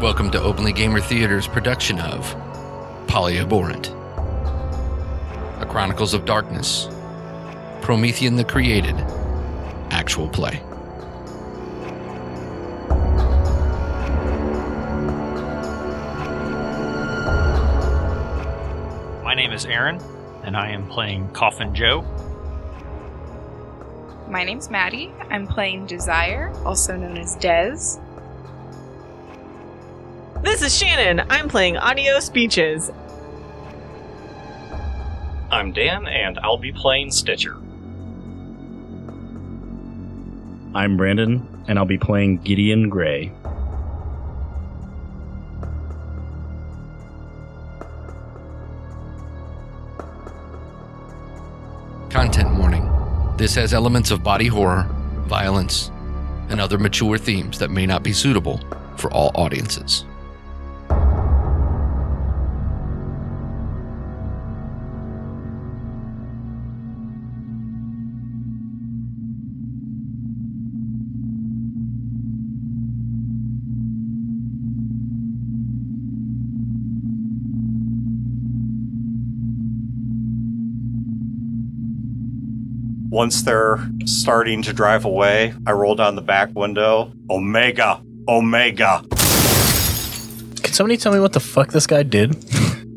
Welcome to Openly Gamer Theater's production of Polyaborant, A Chronicles of Darkness, Promethean the Created, Actual Play. My name is Aaron, and I am playing Coffin Joe. My name's Maddie. I'm playing Desire, also known as Dez. This is Shannon. I'm playing audio speeches. I'm Dan, and I'll be playing Stitcher. I'm Brandon, and I'll be playing Gideon Gray. Content warning this has elements of body horror, violence, and other mature themes that may not be suitable for all audiences. Once they're starting to drive away, I roll down the back window. Omega! Omega! Can somebody tell me what the fuck this guy did?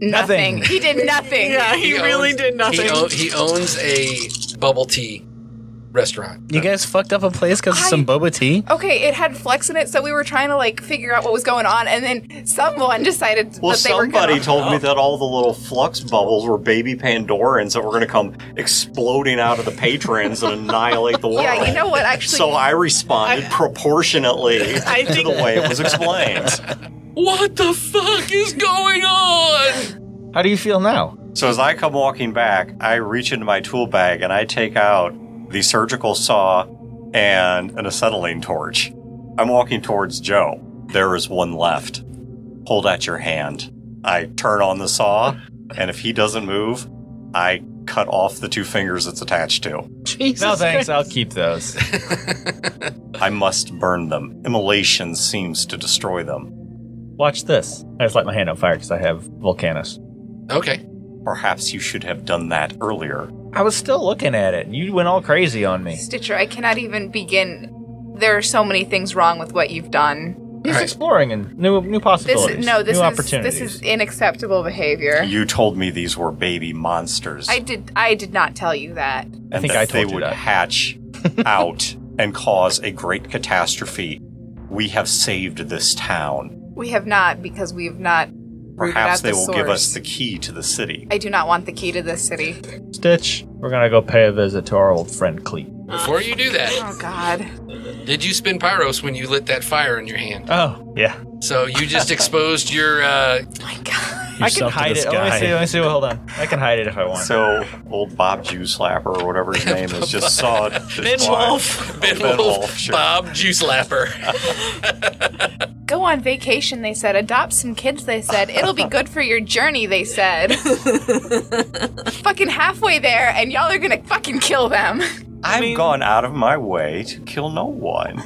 Nothing. He did nothing. Yeah, he, He really owns- did nothing. He, o- he owns a bubble tea restaurant. You guys fucked up a place because of I- some boba tea? Okay, it had flex in it, so we were trying to like figure out what was going on, and then someone decided Well, that they were somebody going. told me that all the little flux bubbles were baby Pandorans that were going to come exploding out of the patrons and annihilate the world. Yeah, you know what? Actually, So I responded proportionately I to think- the way it was explained. What the fuck is going on? How do you feel now? So as I come walking back, I reach into my tool bag and I take out the surgical saw and an acetylene torch. I'm walking towards Joe. There is one left. Hold out your hand. I turn on the saw, and if he doesn't move, I cut off the two fingers it's attached to. Jesus No thanks, Christ. I'll keep those. I must burn them. Immolation seems to destroy them. Watch this. I just light my hand on fire because I have Volcanus. Okay. Perhaps you should have done that earlier. I was still looking at it. and You went all crazy on me. Stitcher, I cannot even begin. There are so many things wrong with what you've done. He's Alright. exploring and new new This possibilities. no, this new is opportunities. this is unacceptable behavior. You told me these were baby monsters. I did I did not tell you that. and think that I told they you would that. hatch out and cause a great catastrophe. We have saved this town. We have not because we have not. rooted Perhaps out they the will give us source. the key to the city. I do not want the key to this city. Stitch. We're gonna go pay a visit to our old friend Cleet. Before you do that, Oh God. did you spin Pyros when you lit that fire in your hand? Oh yeah, So you just exposed your uh, My God. I can Yourself to hide this it. Let me guy. see. Let me see. Well, hold on. I can hide it if I want. So old Bob Jew Slapper or whatever his name is just saw it. Ben just fly. Wolf. Ben Ben Wolf, Wolf, sure. Bob Juice Lapper. Go on vacation, they said. Adopt some kids, they said. It'll be good for your journey, they said. fucking halfway there, and y'all are gonna fucking kill them. I've gone out of my way to kill no one.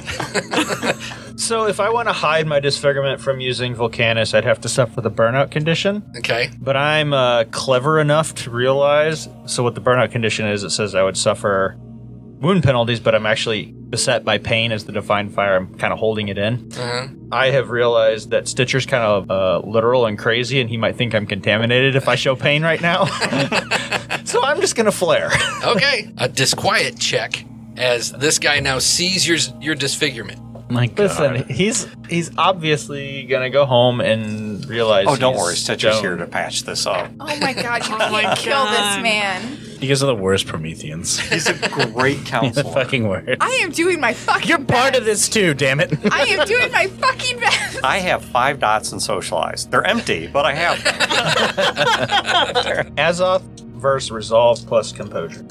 So if I want to hide my disfigurement from using Volcanus, I'd have to suffer the burnout condition. okay. But I'm uh, clever enough to realize. So what the burnout condition is, it says I would suffer wound penalties, but I'm actually beset by pain as the defined fire. I'm kind of holding it in. Uh-huh. Mm-hmm. I have realized that Stitcher's kind of uh, literal and crazy, and he might think I'm contaminated if I show pain right now. so I'm just gonna flare. Okay. A disquiet check as this guy now sees your your disfigurement. My God. Listen, he's he's obviously gonna go home and realize. Oh, don't he's worry, Stitcher's stoned. here to patch this up. Oh my God, you my can't kill this God. man. You guys are the worst Prometheans. He's a great the counselor. fucking worst. I am doing my fucking You're part best. of this too, damn it. I am doing my fucking best. I have five dots in socialize. They're empty, but I have them. Azoth versus resolve plus composure.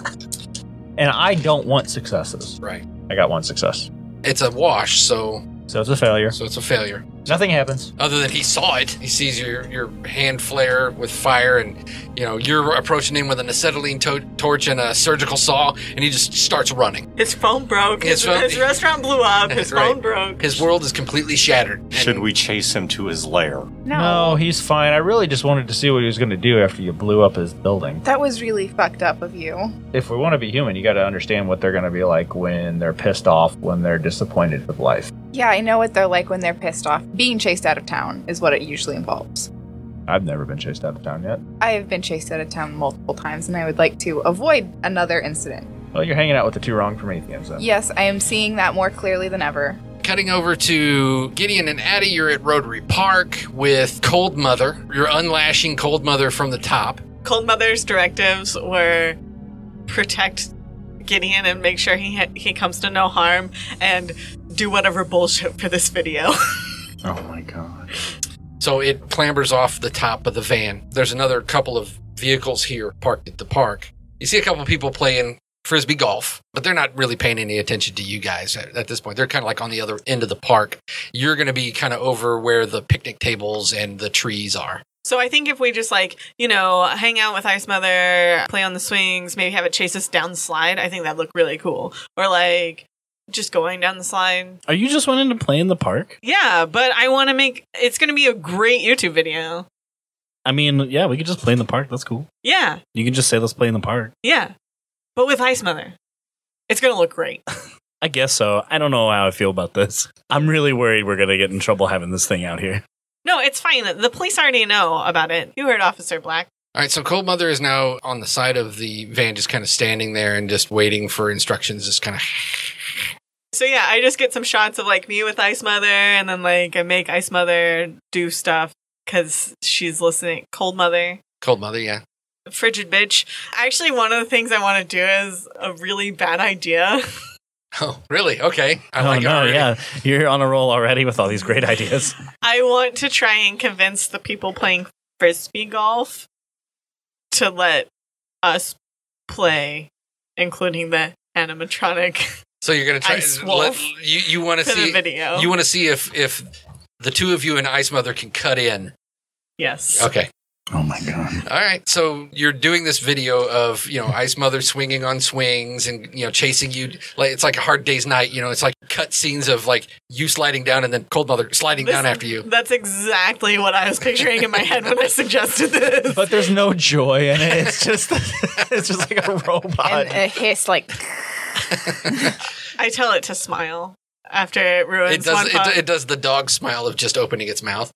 And I don't want successes. Right. I got one success, It's a wash, so so it's a failure. so it's a failure. Nothing happens. Other than he saw it, he sees your your hand flare with fire, and you know you're approaching him with an acetylene to- torch and a surgical saw, and he just starts running. His phone broke. His His, phone- his restaurant blew up. His Right. phone broke. His world is completely shattered. and Should we chase him to his lair? No. No, he's fine. I really just wanted to see what he was going to do after you blew up his building. That was really fucked up of you. If we want to be human, you got to understand what they're going to be like when they're pissed off, when they're disappointed with life. Yeah, I know what they're like when they're pissed off. Being chased out of town is what it usually involves. I've never been chased out of town yet. I have been chased out of town multiple times, and I would like to avoid another incident. Well, you're hanging out with the two wrong Prometheans then. Yes, I am seeing that more clearly than ever. Cutting over to Gideon and Addie, you're at Rotary Park with Cold Mother. You're unlashing Cold Mother from the top. Cold Mother's directives were protect Gideon and make sure he ha- he comes to no harm and do whatever bullshit for this video. Oh my god. So it clambers off the top of the van. There's another couple of vehicles here parked at the park. You see a couple of people playing frisbee golf, but they're not really paying any attention to you guys at, at this point. They're kind of like on the other end of the park. You're going to be kind of over where the picnic tables and the trees are. so I think if we just like, you know, hang out with Ice Mother, play on the swings, maybe have it chase us down the slide, I think that'd look really cool. Or like just going down the slide. Are you just wanting to play in the park? Yeah, but I want to make it's going to be a great YouTube video. I mean, yeah, we could just play in the park. That's cool. Yeah. You can just say, let's play in the park. Yeah. But with Ice Mother. It's going to look great. I guess so. I don't know how I feel about this. I'm really worried we're going to get in trouble having this thing out here. No, it's fine. The police already know about it. You heard Officer Black. All right, so Cold Mother is now on the side of the van, just kind of standing there and just waiting for instructions, just kind of So yeah, I just get some shots of like me with Ice Mother, and then like I make Ice Mother do stuff because she's listening. Cold Mother, Cold Mother, yeah. frigid bitch. Actually, one of the things I want to do is a really bad idea. Oh, really? Okay. I oh like it no, already. yeah. You're on a roll already with all these great ideas. I want to try and convince the people playing frisbee golf to let us play, including the animatronic So you're gonna try Ice let, Wolf you, you wanna to the see video. you wanna see if if the two of you and Ice Mother can cut in. yes. Okay. Oh my god. All right. So you're doing this video of, you know, Ice Mother swinging on swings and, you know, chasing you. Like, it's like a hard day's night. You know, it's like cut scenes of like you sliding down and then Cold Mother sliding This- down after you. That's exactly what I was picturing in my head when I suggested this. But there's no joy in it. It's just it's just like a And robot. a hiss like, I tell it to smile after it ruins It does, one it, pop. it does the dog smile of just opening its mouth.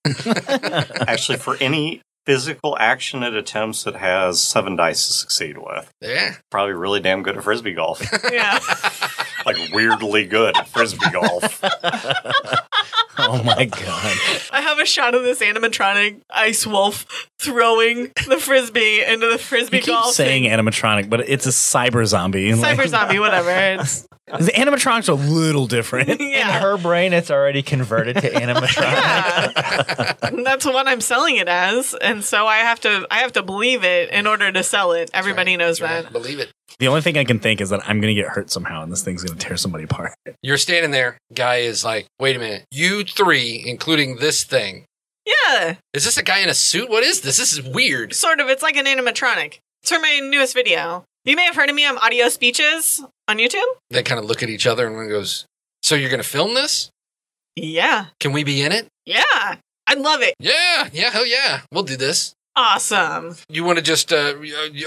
Actually, for any physical action it attempts, it has seven dice to succeed with. Yeah. Probably really damn good at frisbee golf. yeah. like weirdly good at frisbee golf. Oh my god. I have a shot of this animatronic ice wolf throwing the frisbee into the frisbee You keep golf. saying animatronic, but it's a cyber zombie. thing. cyber Like, zombie, whatever. It's, the animatronics are a little different. In yeah. her brain, it's already converted to animatronic. Yeah. That's what I'm selling it as, and so I have to I have to believe it in order to sell it. Everybody knows That's right. that. Believe it. The only thing I can think is that I'm going to get hurt somehow and this thing's going to tear somebody apart. You're standing there. Guy is like, wait a minute. You three, including this thing. Yeah, Is this a guy in a suit? What is this? This is weird. sort of. It's like an animatronic. It's from my newest video. You may have heard of me. I'm Audio Speeches on YouTube. They kind of look at each other and one goes, So you're going to film this? Yeah, Can we be in it? yeah. I love it. Yeah, yeah, hell yeah. We'll do this. Awesome. You want to just, uh,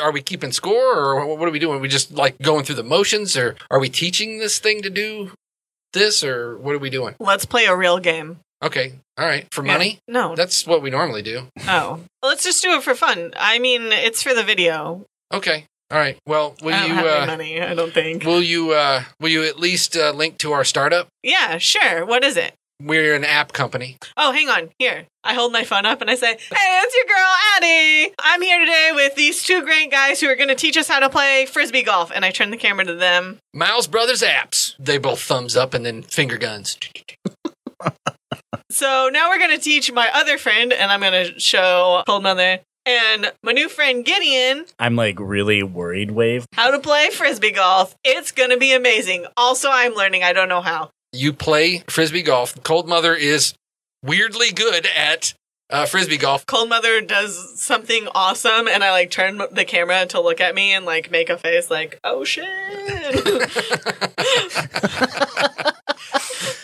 are we keeping score or what are we doing? we just like going through the motions or are we teaching this thing to do this or what are we doing? Let's play a real game. Okay. All right. For Yeah. money? No. That's what we normally do. oh. Let's just do it for fun. I mean, it's for the video. Okay. All right. Well, will I don't you, have any uh, money, I don't think. will you, uh, will you at least, uh, link to our startup? yeah, sure. What is it? We're an app company. Oh, hang on. Here. I hold my phone up and I say, Hey, it's your girl, Addie. I'm here today with these two great guys who are going to teach us how to play frisbee golf. And I turn the camera to them. Miles Brothers Apps. They both thumbs up and then finger guns. So now we're going to teach my other friend, and I'm going to show Cold Mother and my new friend, Gideon, I'm like really worried, Wave. how to play frisbee golf. It's going to be amazing. Also, I'm learning. I don't know how. you play frisbee golf. Cold Mother is weirdly good at uh, frisbee golf. Cold Mother does something awesome, and I like turn the camera to look at me and like make a face like, oh shit.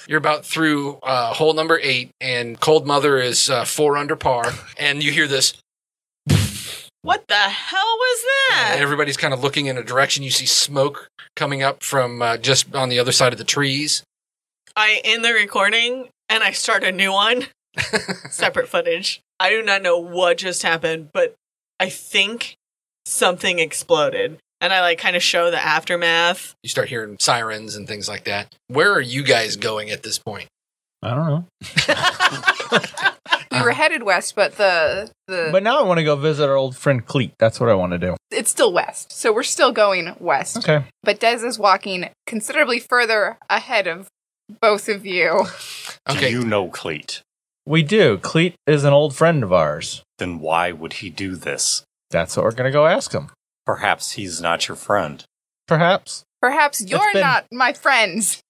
You're about through uh, hole number eight, and Cold Mother is uh, four under par, and you hear this. what the hell was And that? everybody's kind of looking in a direction. You see smoke coming up from uh, just on the other side of the trees. I end the recording and I start a new one. Separate footage. I do not know what just happened, but I think something exploded. And I like kind of show the aftermath. You start hearing sirens and things like that. Where are you guys going at this point? I don't know. We were headed west, but the the But now I want to go visit our old friend Cleet. That's what I want to do. it's still west, so we're still going west. Okay. But Des is walking considerably further ahead of both of you. Okay, Do you know Cleet? We do. Cleet is an old friend of ours. Then why would he do this? That's what we're going to go ask him. Perhaps he's not your friend. Perhaps. Perhaps you're been- not my friends.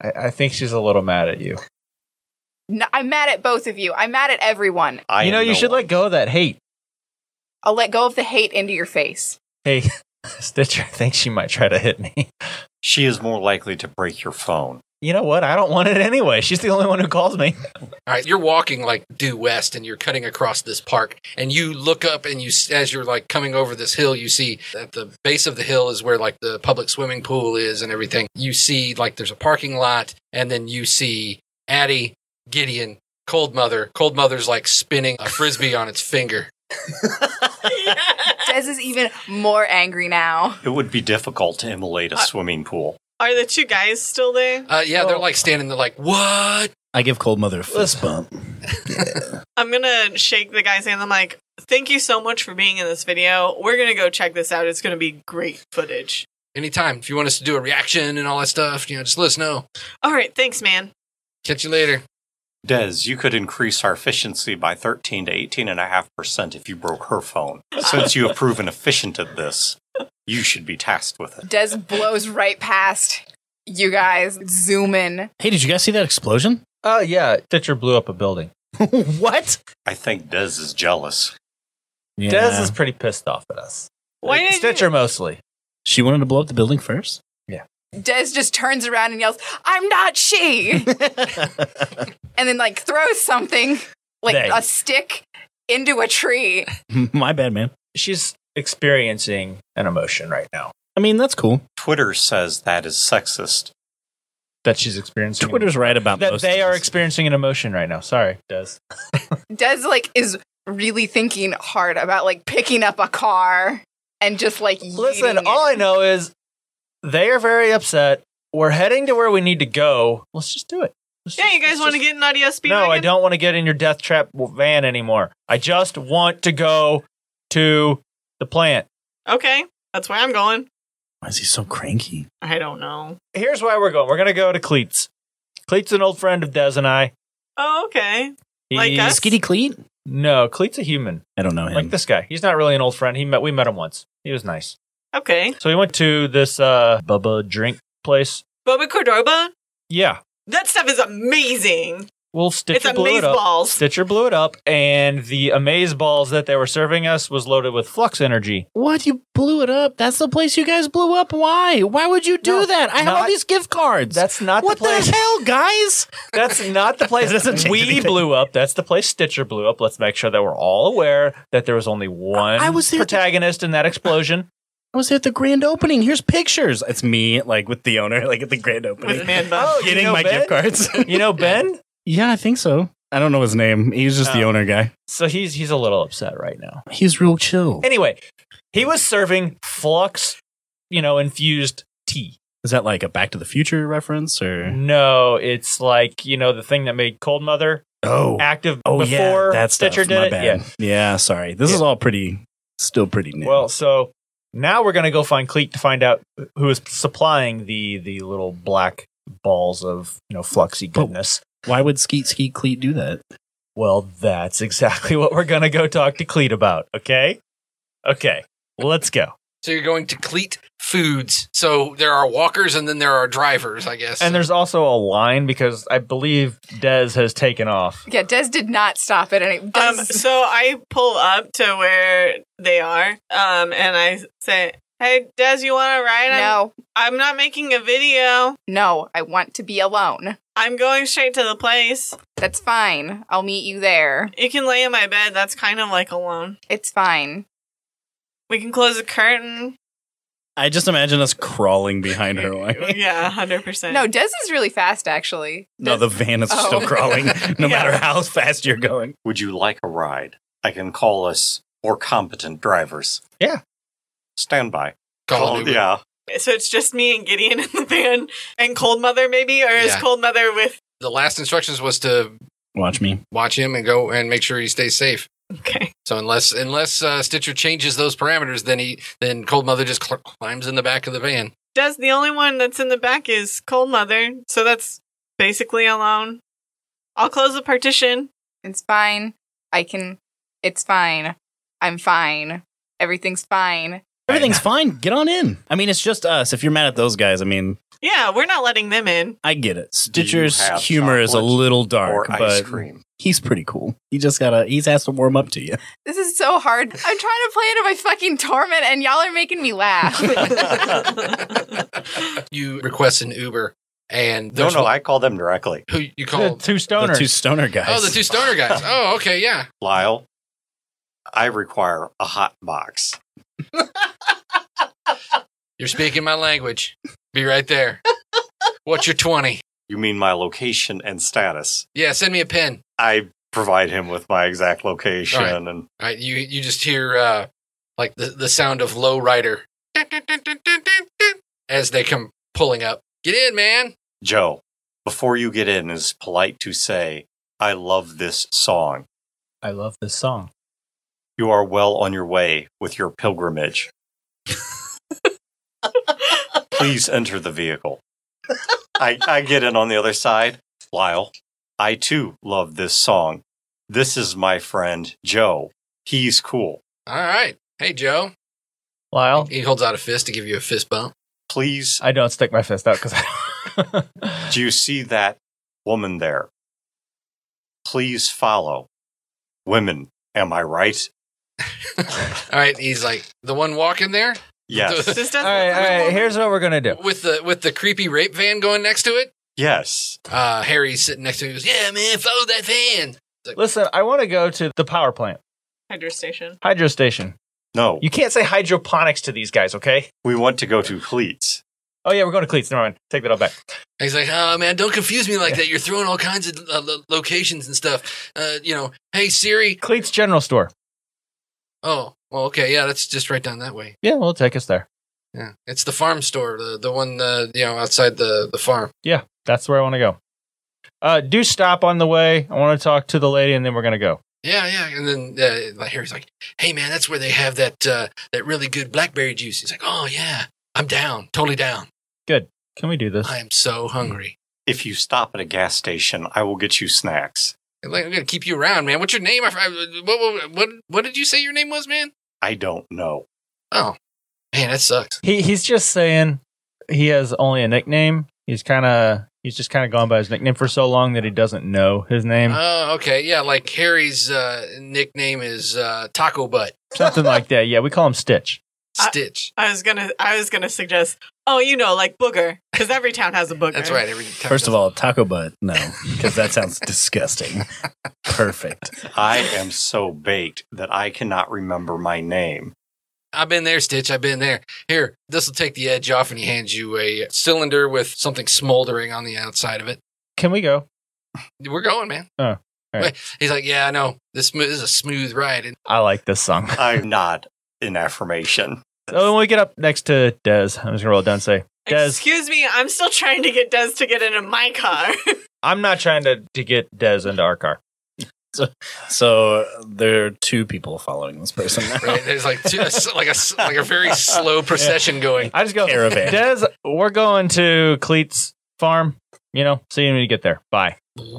I, I think she's a little mad at you. No, I'm mad at both of you. I'm mad at everyone. I you know, am you no should one. let go of that hate. I'll let go of the hate into your face. Hey, Stitcher, I think she might try to hit me. She is more likely to break your phone. You know what? I don't want it anyway. She's the only one who calls me. All right, you're walking like due west, and you're cutting across this park, and you look up, and you s- as you're like coming over this hill, you see at the base of the hill is where like the public swimming pool is and everything. You see like there's a parking lot, and then you see Addie, Gideon, Cold Mother. Cold Mother's like spinning a frisbee on its finger. Des is even more angry now. It would be difficult to immolate a swimming pool. Are the two guys still there? Uh, yeah, they're Oh. like standing there, like what? I give Cold Mother a fist bump. I'm gonna shake the guy's hand. I'm like, thank you so much for being in this video. We're gonna go check this out. It's gonna be great footage. Anytime if you want us to do a reaction and all that stuff, you know, just let us know. All right, thanks, man. Catch you later. Des, you could increase our efficiency by 13 to 18.5% if you broke her phone. Since you have proven efficient at this, you should be tasked with it. Des blows right past you guys, zooming. Hey, did you guys see that explosion? Oh, yeah. Stitcher blew up a building. what? I think Des is jealous. Yeah. Des is pretty pissed off at us. Why did Stitcher mostly. she wanted to blow up the building first? Des just turns around and yells, I'm not she! and then, like, throws something, like Dang. a stick, into a tree. My bad, man. She's experiencing an emotion right now I mean, that's cool. Twitter says that is sexist. that she's experiencing. an- Twitter's right about that most they are things. experiencing an emotion right now. Sorry, Des. Des like is really thinking hard about like picking up a car and just like yeeting Listen, it. all I know is they are very upset. We're heading to where we need to go. Let's just do it. Let's you, yeah, just- you guys let's want to just- get an audio speed? No, I don't want to get in your death trap van anymore. I just want to go to the plant. Okay, that's where I'm going. Why is he so cranky? I don't know. Here's why we're going. We're gonna go to Cleats. Cleats an old friend of Des and I. Oh, okay. Like He's- us? Skitty Cleat? No, Cleats a human. I don't know him. Like this guy. He's not really an old friend. He met we met him once. He was nice. Okay. So we went to this uh Bubba drink place. Boba Cordoba? Yeah. That stuff is amazing. Well Stitcher it's blew amaze it up. balls. Stitcher blew it up, and the amaze balls that they were serving us was loaded with flux energy. What? You blew it up? That's the place you guys blew up? Why? Why would you do No, that? I have all not- these gift cards. That's not what the place. the hell, guys? That's not the place That doesn't change we anything. blew up. That's the place Stitcher blew up. Let's make sure that we're all aware that there was only one I was there to- protagonist in that explosion. I was at the grand opening. Here's pictures. It's me, like with the owner, like at the grand With opening, man bun. Oh, you getting know my Ben? gift cards. You know Ben? yeah, I think so. I don't know his name. He's just the Oh. owner guy. So he's he's a little upset right now. He's real chill. Anyway, he was serving flux, you know, infused tea. Is that like a Back to the Future reference Mm. or? No, it's like you know the thing that made Cold Mother Oh, active oh before yeah, that's Stitcher did My it. bad. Yeah. Yeah. sorry. This is all pretty, still pretty new. Well, so now we're gonna go find Cleek to find out who is supplying the the little black balls of you know fluxy But- goodness. why would Skeet Skeet Cleat do that? Well, that's exactly what we're gonna go talk to Cleet about. Okay, okay, let's go. So you're going to Cleat foods. So there are walkers and then there are drivers, I guess. And there's also a line because I believe Dez has taken off. Yeah, Des did not stop it. And it Um, Des, so I pull up to where they are, um, and I say, "Hey, Des, you want to ride? I'm, no, I'm not making a video. no, I want to be alone. I'm going straight to the place. That's fine. I'll meet you there. You can lay in my bed. That's kind of like alone. It's fine. We can close the curtain. I just imagine us crawling behind her. Like, yeah, hundred percent. No, Des is really fast, actually. no, the van is Oh. still crawling, no matter how fast you're going. Would you like a ride? I can call us more competent drivers. Yeah. Stand by. Call Call- an Uber. yeah. So it's just me and Gideon in the van, and Cold Mother maybe, or is Yeah. Cold Mother with? The last instructions was to Watch me. watch him and go and make sure he stays safe. Okay, So unless unless uh, Stitcher changes those parameters, then he then Cold Mother just cl- climbs in the back of the van. Des, the only one that's in the back is Cold Mother, so that's basically alone. I'll close the partition. It's fine. I can. It's fine. I'm fine. Everything's fine. Everything's fine. Get on in. I mean, it's just us. If you're mad at those guys, I mean, Yeah, we're not letting them in. I get it. Do you Stitcher's have humor is a chocolate little dark, or ice but cream. he's pretty cool. He just gotta. He's has to warm up to you. This is so hard. I'm trying to play into my fucking torment, and y'all are making me laugh. You request an Uber, and No, there's no, one- I call them directly. who you The called. two The stoners. two stoner guys. Oh, the two stoner guys. Oh, okay, yeah. Lyle, I require a hot box. You're speaking my language. Be right there. What's your twenty? You mean my location and status? Yeah, send me a pin. I provide him with my exact location All and All right, you you just hear uh, like the the sound of low rider as they come pulling up. Get in, man. Joe, before you get in, it's polite to say, I love this song. I love this song. You are well on your way with your pilgrimage. Please enter the vehicle. I, I get in on the other side. Lyle, I too love this song. This is my friend Joe. He's cool. All right. Hey, Joe. Lyle, He holds out a fist to give you a fist bump. Please, I don't stick my fist out because I. do you see that woman there? Please follow. Women, am I right? All right, he's like the one walking there Yes. This all doesn't. right, all right. Here's what we're gonna do. with the with the creepy rape van going next to it. yes. Uh, Harry's sitting next to him. He goes, "Yeah, man, follow that van." Listen, I want to go to the power plant, Hydro station. hydro station. No, You can't say hydroponics to these guys, okay? we want to go to Cleats. Oh yeah, we're going to Cleats. Never mind. Take that all back. And he's like, "Oh man, don't confuse me like that. You're throwing all kinds of uh, lo- locations and stuff. Uh, you know, hey Siri. Cleats General Store. Oh, well, okay, yeah, that's just right down that way. Yeah, well, take us there. Yeah, it's the farm store, the the one uh, you know outside the the farm. That's where I want to go. Uh, do stop on the way. I want to talk to the lady, and then we're gonna go. Yeah, yeah. And then uh, like Harry's like, "Hey man, that's where they have that uh, that really good blackberry juice." He's like, "Oh yeah, I'm down, totally down. Can we do this? I am Mm. so hungry." If you stop at a gas station, I will get you snacks. I'm like, I'm gonna keep you around, man. What's your name? I, I- what, what what what did you say your name was, man? I don't know. Oh, man, that sucks. He he's just saying he has only a nickname. He's kind of he's just kind of gone by his nickname for so long that he doesn't know his name. Oh, okay, yeah. Like Harry's uh, nickname is uh, Taco Butt Something like that. Yeah, we call him Stitch. I- Stitch. I was gonna. I was gonna suggest. Oh, you know, like booger, because every town has a booger. That's right. Every time First of all, taco butt. No, because that sounds disgusting. Perfect. I am so baked that I cannot remember my name. I've been there, Stitch. I've been there. Here, this will take the edge off, and he hands you a cylinder with something smoldering on the outside of it. Can we go? We're going, man. Oh, all right. Wait, He's like, yeah, I know. This, mo- this is a smooth ride. And I like this song. I nod in affirmation. So when we get up next to Des, I'm just gonna roll it down and say, Des, Excuse me, I'm still trying to get Des to get into my car. I'm not trying to, to get Des into our car. So there are two people following this person now. right, there's like two, like a s- like a very slow procession going. I just go, Caravan. Des, we're going to Cleats Farm. You know, see you when you get there. Bye.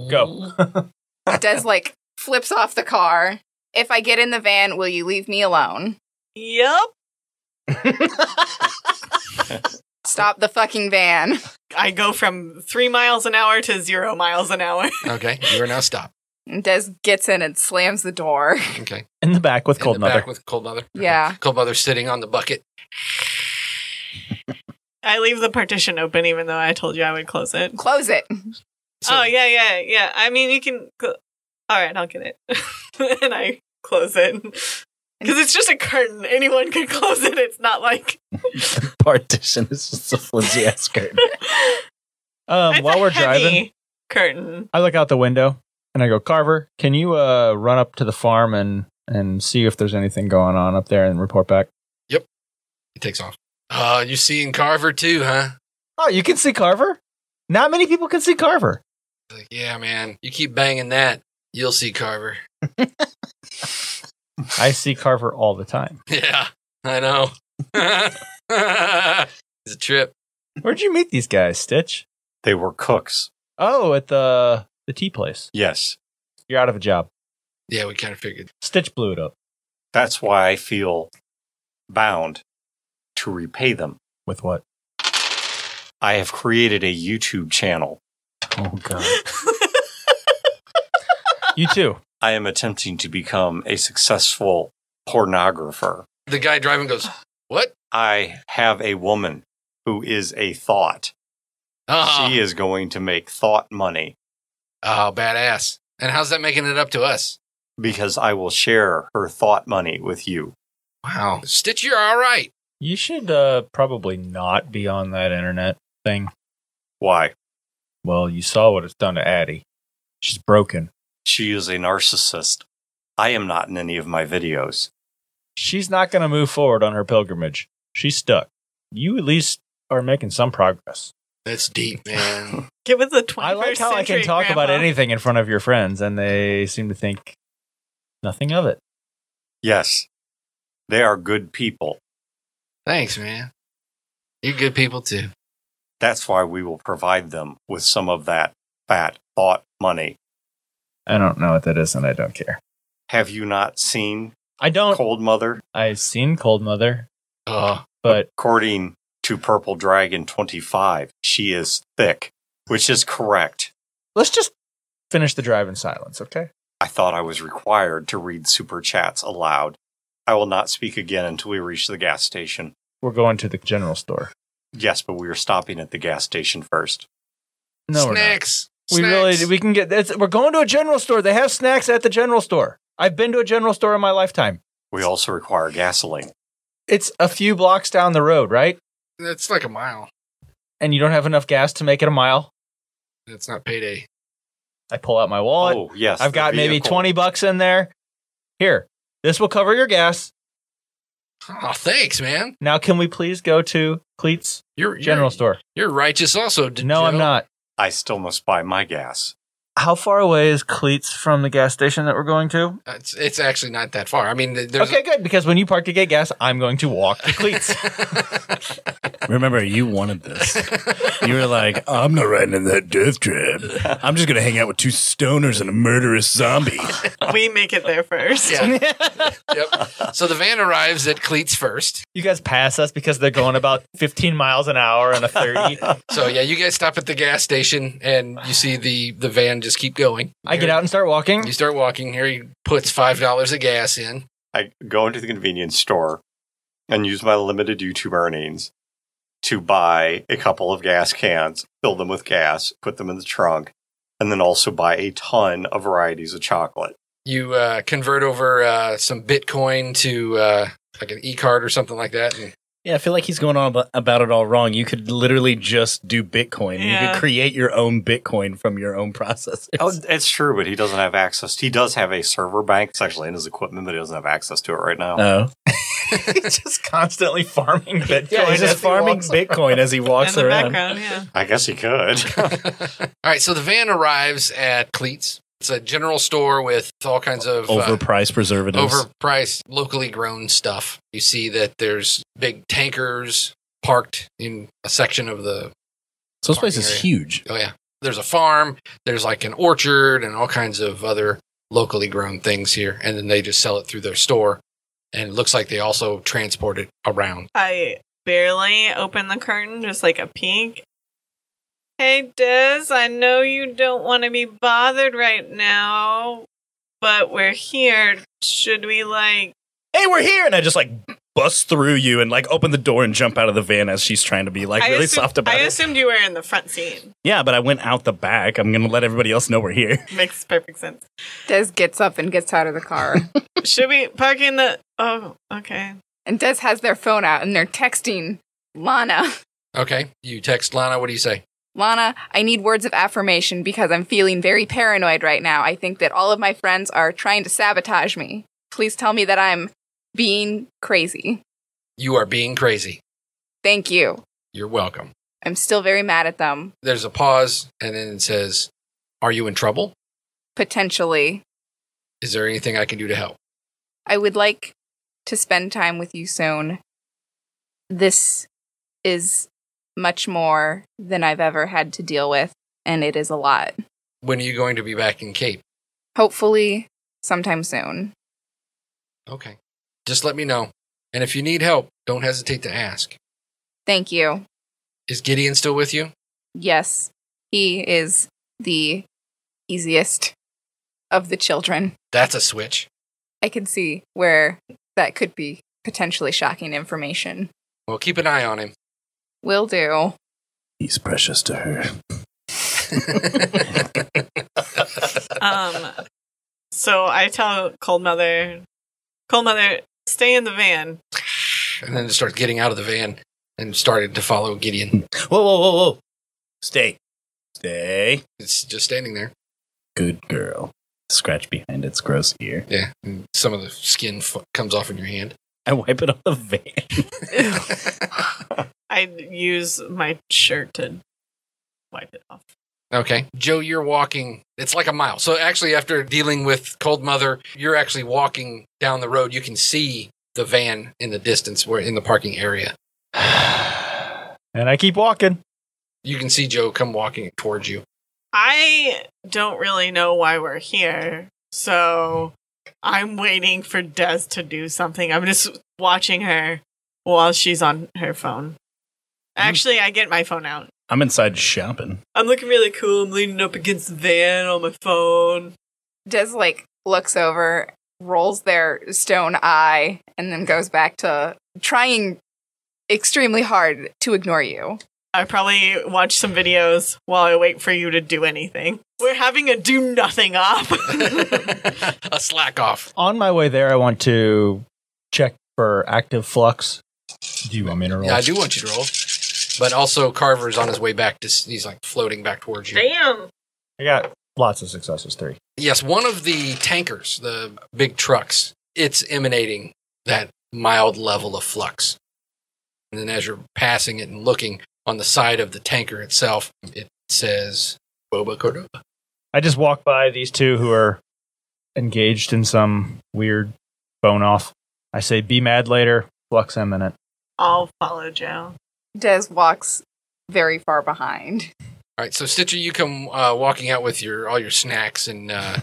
Go. Des like flips off the car. If I get in the van, will you leave me alone? yep. Stop the fucking van. I go from three miles an hour to zero miles an hour. Okay, you are now stopped. And Des gets in and slams the door. Okay, In the back with In Cold the Mother. back with cold mother. Okay. Yeah. cold mother sitting on the bucket. I leave the partition open, even though I told you I would close it. Close it. So oh yeah, yeah, yeah. I mean, you can. Cl- All right, I'll get it, and I close it because it's just a curtain. Anyone can close it. It's not like the partition is just a flimsy ass curtain. Um, it's while a we're heavy driving, curtain. I look out the window and I go, Carver, can you uh, run up to the farm and, and see if there's anything going on up there and report back? It takes off. Uh, you seeing Carver too, huh? Oh, you can see Carver? Not many people can see Carver. Like, yeah, man. You keep banging that, you'll see Carver. I see Carver all the time. Yeah, I know. it's a trip. Where'd you meet these guys, Stitch? They were cooks. Oh, at the the tea place. Yes. You're out of a job. Yeah, we kind of figured. Stitch blew it up That's why I feel bound to repay them. with what? I have created a YouTube channel. Oh god. you too. I am attempting to become a successful pornographer. The guy driving goes, "What? I have a woman who is a thought. Oh, She is going to make thought money oh, badass." And how's that making it up to us? because I will share her thought money with you. Wow, Stitch, you're all right. You should uh probably not be on that internet thing. Why? Well, you saw what it's done to Addie. She's broken. She is a narcissist. I am not in any of my videos. She's not going to move forward on her pilgrimage. She's stuck. You at least are making some progress. That's deep, man. Give it the I twenty like first how I can talk about anything in front of your friends and they seem to think nothing of it. Yes, they are good people. Thanks, man. You good people too. That's why we will provide them with some of that fat thought money. I don't know what that is and I don't care. Have you not seen I don't Cold Mother? I've seen Cold Mother, Uh, but According to Purple Dragon 25, she is thick, which is correct. let's just finish the drive in silence, okay? I thought I was required to read super chats aloud. I will not speak again until we reach the gas station. We're going to the general store. Yes, but we are stopping at the gas station first. No, we're not. snacks. We Snacks. really we can get it's, we're going to a general store. They have snacks at the general store. I've been to a general store in my lifetime. We also require gasoline. It's a few blocks down the road, right? That's like a mile. And you don't have enough gas to make it a mile. That's not payday. I pull out my wallet. oh, yes. I've the got maybe vehicle. 20 bucks in there. Here. This will cover your gas. Oh, thanks, man. Now can we please go to Cleats You're, you're General Store? You're righteous, also. D- No, I'm Joe. not. I still must buy my gas. How far away is Cleats from the gas station that we're going to? It's, it's actually not that far. I mean, th- there's okay, good. Because when you park to get gas, I'm going to walk to Cleats. Remember, you wanted this. You were like, I'm not riding in that death trap. I'm just going to hang out with two stoners and a murderous zombie. We make it there first. Yeah. yep. So the van arrives at Cleats first. you guys pass us because they're going about 15 miles an hour and a 30. So yeah, you guys stop at the gas station and you see the the van just keep going. I get Here- out and start walking. You start walking. Here he puts five dollars of gas in. I go into the convenience store and use my limited YouTube earnings to buy a couple of gas cans, fill them with gas, put them in the trunk, and then also buy a ton of varieties of chocolate. You uh, convert over uh, some Bitcoin to uh, like an e card or something like that. And Yeah, I feel like he's going on ab- about it all wrong. You could literally just do Bitcoin. You Yeah. could create your own Bitcoin from your own processors. Oh, it's true, but he doesn't have access. He does have a server bank. It's actually in his equipment, but he doesn't have access to it right Uh. now. Oh. He's just constantly farming Bitcoin. Yeah, he's as just he farming walks. Bitcoin as he In walks the around. background, yeah. I guess he could. all right, so the van arrives at Cleats. It's a general store with all kinds of uh, Overpriced preservatives. overpriced, locally grown stuff. You see that there's big tankers parked in a section of the. so this place is Area. huge. Oh yeah, there's a farm. There's like an orchard and all kinds of other locally grown things here, and then they just sell it through their store. And it looks like they also transport it around. I barely open the curtain, just like a peek. Hey, Des, I know you don't want to be bothered right now, but we're here. Should we, like, Hey, we're here, and I just like bust through you and like open the door and jump out of the van as she's trying to be like I really assume- soft about I it. assumed you were in the front seat. yeah, but I went out the back. I'm gonna let everybody else know we're here. Makes perfect sense. Des gets up and gets out of the car. Should we park in the? Oh, okay. and Des has their phone out and they're texting Lana. Okay. You text Lana. What do you say? Lana, I need words of affirmation because I'm feeling very paranoid right now. I think that all of my friends are trying to sabotage me. Please tell me that I'm being crazy. You are being crazy. Thank you. You're welcome. I'm still very mad at them, There's a pause, and then it says, "Are you in trouble? potentially. Is there anything I can do to help?" I would like to spend time with you soon. This is much more than I've ever had to deal with, and it is a lot. When are you going to be back in Cape? Hopefully, sometime soon. Okay. Just let me know. And if you need help, don't hesitate to ask. Thank you. Is Gideon still with you? Yes, he is the easiest of the children. That's a switch. I can see where that could be potentially shocking information. Well, keep an eye on him. Will do. He's precious to her. Um, so I tell Cold Mother, Cold Mother, stay in the van. and then it starts getting out of the van and started to follow Gideon. Whoa, whoa, whoa, whoa! Stay, stay. It's just standing there. Good girl. Scratch behind its gross ear. Yeah. And some of the skin f- comes off in your hand. I wipe it on the van. I use my shirt to wipe it off. Okay. Joe, you're walking. It's like a mile. So actually, after dealing with Cold Mother, you're actually walking down the road. You can see the van in the distance where in the parking area. And I keep walking. You can see Joe come walking towards you. I don't really know why we're here, so I'm waiting for Des to do something. I'm just watching her while she's on her phone. Mm-hmm. Actually, I get my phone out. I'm inside shopping. I'm looking really cool. I'm leaning up against the van on my phone. Des like looks over, rolls their stone eye, and then goes back to trying extremely hard to ignore you. I probably watch some videos while I wait for you to do anything. We're having a do nothing up. a slack off. On my way there, I want to check for active flux. Do you want me to roll? Yeah, I do want you to roll. But also, Carver's on his way back. To, s- he's like floating back towards you. Damn. I got lots of successes. Three. Yes, one of the tankers, the big trucks, it's emanating that mild level of flux. And then as you're passing it and looking on the side of the tanker itself, it says Boba Cordoba. I just walk by these two who are engaged in some weird bone off. I say, "Be mad later. Flux imminent." I'll follow Joe. Des walks very far behind. All right, so Stitcher, you come uh, walking out with your all your snacks, and uh,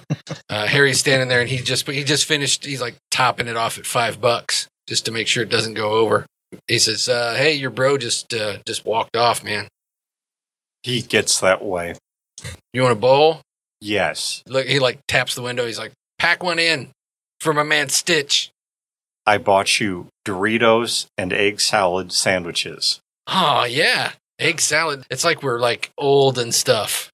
uh, Harry's standing there, and he just he just finished. He's like topping it off at five bucks just to make sure it doesn't go over. He says, uh, "Hey, your bro just uh, just walked off, man. He gets that way. You want a bowl?" Yes. Look, he like taps the window. He's like, "Pack one in for my man Stitch." I bought you Doritos and egg salad sandwiches. Oh yeah, egg salad. It's like we're like old and stuff.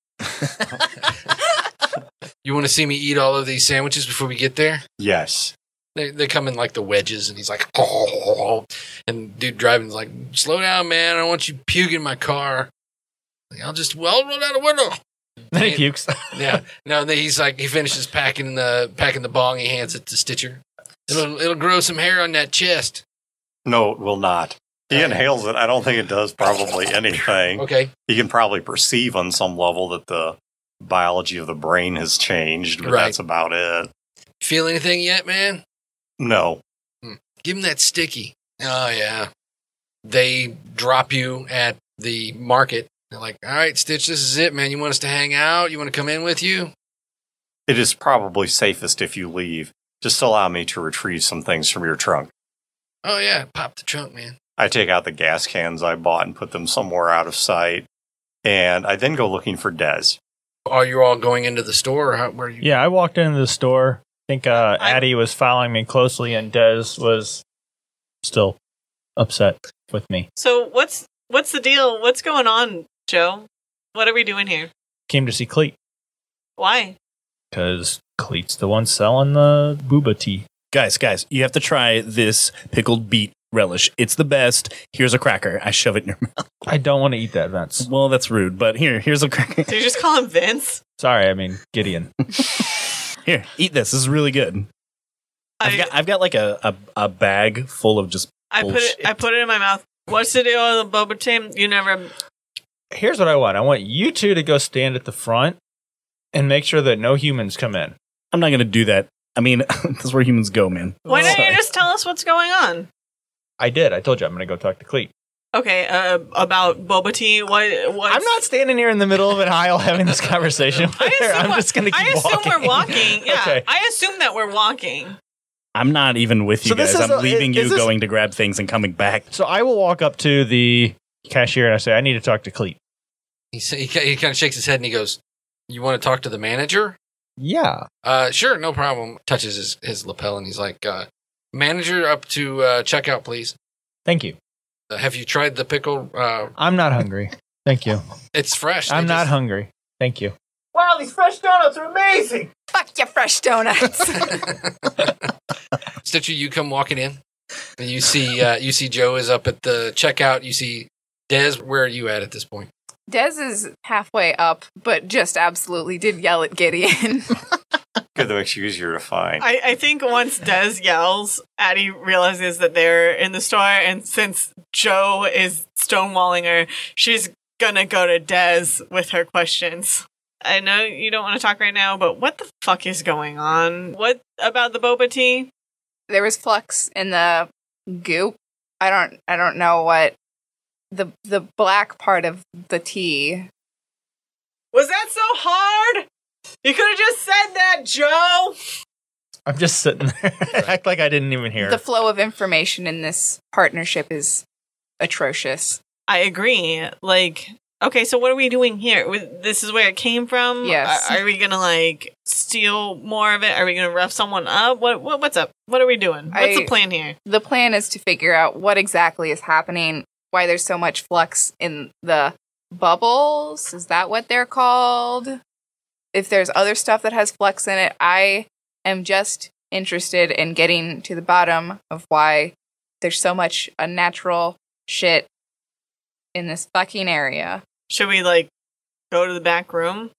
you want to see me eat all of these sandwiches before we get there? Yes. They, they come in like the wedges, and he's like, oh, and dude driving's like, slow down, man. I don't want you puking in my car. Like, I'll just well roll out a window. Then he Yeah. pukes. Yeah. No, and then he's like, he finishes packing the packing the bong. He hands it to Stitcher. It'll it'll grow some hair on that chest. No, it will not. He Okay. inhales it. I don't think it does probably anything. Okay. He can probably perceive on some level that the biology of the brain has changed, but Right. that's about it. Feel anything yet, man? No. Give him that sticky. Oh, yeah. They drop you at the market. They're like, all right, Stitch, this is it, man. You want us to hang out? You want to come in with you? It is probably safest if you leave. Just allow me to retrieve some things from your trunk. Oh, yeah. Pop the trunk, man. I take out the gas cans I bought and put them somewhere out of sight. And I then go looking for Dez. Are you all going into the store? Or how, where are you? Yeah, I walked into the store. I think uh, I- Addie was following me closely, and Des was still upset with me. So what's what's the deal? What's going on, Joe? What are we doing here? Came to see Cleet Why? because Cleet's the one selling the booba tea. Guys, guys, you have to try this pickled beet relish. It's the best. Here's a cracker. I shove it in your mouth. I don't want to eat that, Vince. Well, that's rude, but here, here's a cracker. So you just call him Vince? Sorry, I mean Gideon. Here, eat this. This is really good. I've I- got, I've got like a, a, a bag full of just I put it. I Bullshit. put it in my mouth. What's the deal with the boba team? You never. Here's what I want. I want you two to go stand at the front and make sure that no humans come in. I'm not gonna do that. I mean, that's where humans go, man. Why don't Sorry. you just tell us what's going on? I did. I told you I'm going to go talk to Cleet. Okay, uh, about boba tea. What? What? I'm not standing here in the middle of an aisle having this conversation. With I her. assume I'm we're- just going to keep I assume walking. we're walking. Yeah, Okay. I assume that we're walking. I'm not even with you So this guys. is I'm a- leaving is you, this- going to grab things and coming back. So I will walk up to the cashier and I say, I need to talk to Cleet. He, sa- he, ki- he kind of shakes his head and he goes, "You want to talk to the manager? Yeah. Uh, sure, no problem." Touches his, his lapel and he's like, uh, "Manager, up to uh, checkout, please. Thank you. Uh, have you tried the pickle? Uh, I'm not hungry. Thank you. it's fresh. I'm They not just- hungry. Thank you. Wow, these fresh donuts are amazing. Fuck your fresh donuts. Stitcher, you come walking in, and you see uh, you see Joe is up at the checkout. You see Des. Where are you at at this point? Dez is halfway up, but just absolutely did yell at Gideon. Good, that makes you easier to find. I, I think once Des yells, Addie realizes that they're in the store, and since Joe is stonewalling her, she's gonna go to Des with her questions. I know you don't want to talk right now, but what the fuck is going on? What about the boba tea? there was flux in the goop. I don't I don't know what the the black part of the tea. Was that so hard? You could have just said that, Joe. I'm just sitting there. Act like I didn't even hear. The flow of information in this partnership is atrocious. I agree. Like, okay, so what are we doing here? We- This is where it came from. Yes. Are, are we gonna like steal more of it? Are we gonna rough someone up? What, what what's up? What are we doing? What's I- the plan here? The plan is to figure out what exactly is happening, why there's so much flux in the bubbles. Is that what they're called? If there's other stuff that has flux in it, I am just interested in getting to the bottom of why there's so much unnatural shit in this fucking area. Should we like go to the back room?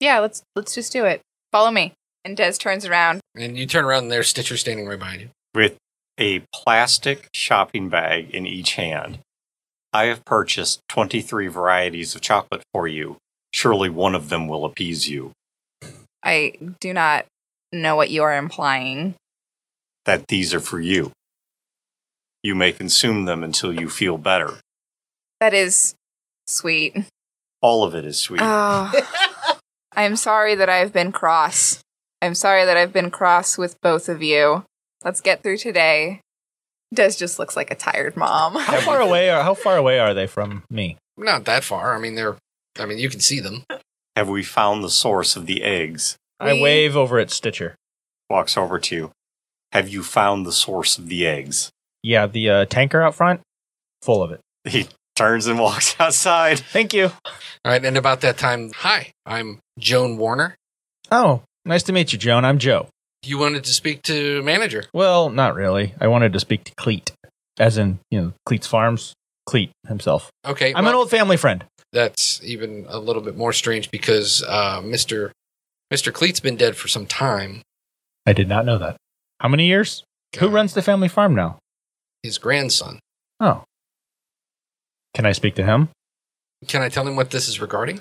Yeah, let's let's just do it. Follow me. And Des turns around. And you turn around, and there's Stitcher standing right behind you. With a plastic shopping bag in each hand, I have purchased 23 varieties of chocolate for you. Surely one of them will appease you. I do not know what you are implying. That these are for you. You may consume them until you feel better. That is sweet. All of it is sweet. Oh, I'm sorry that I've been cross. I'm sorry that I've been cross with both of you. Let's get through today. Des just looks like a tired mom. how far away are how far away are they from me? Not that far. I mean, they're. I mean, you can see them. have we found the source of the eggs? I We- wave over at Stitcher. Walks over to you. Have you found the source of the eggs? Yeah, the uh, tanker out front, full of it. He turns and walks outside. Thank you. All right, and about that time, hi, I'm Joan Warner. Oh, nice to meet you, Joan. I'm Joe. You wanted to speak to manager. Well, not really. I wanted to speak to Cleet, as in you know Cleet's Farms, Cleet himself. Okay, I'm an well, old family friend. that's even a little bit more strange because uh, Mister Mister Cleet's been dead for some time. I did not know that. How many years? Who Uh, runs the family farm now? his grandson? Oh, can I speak to him? Can I tell him what this is regarding?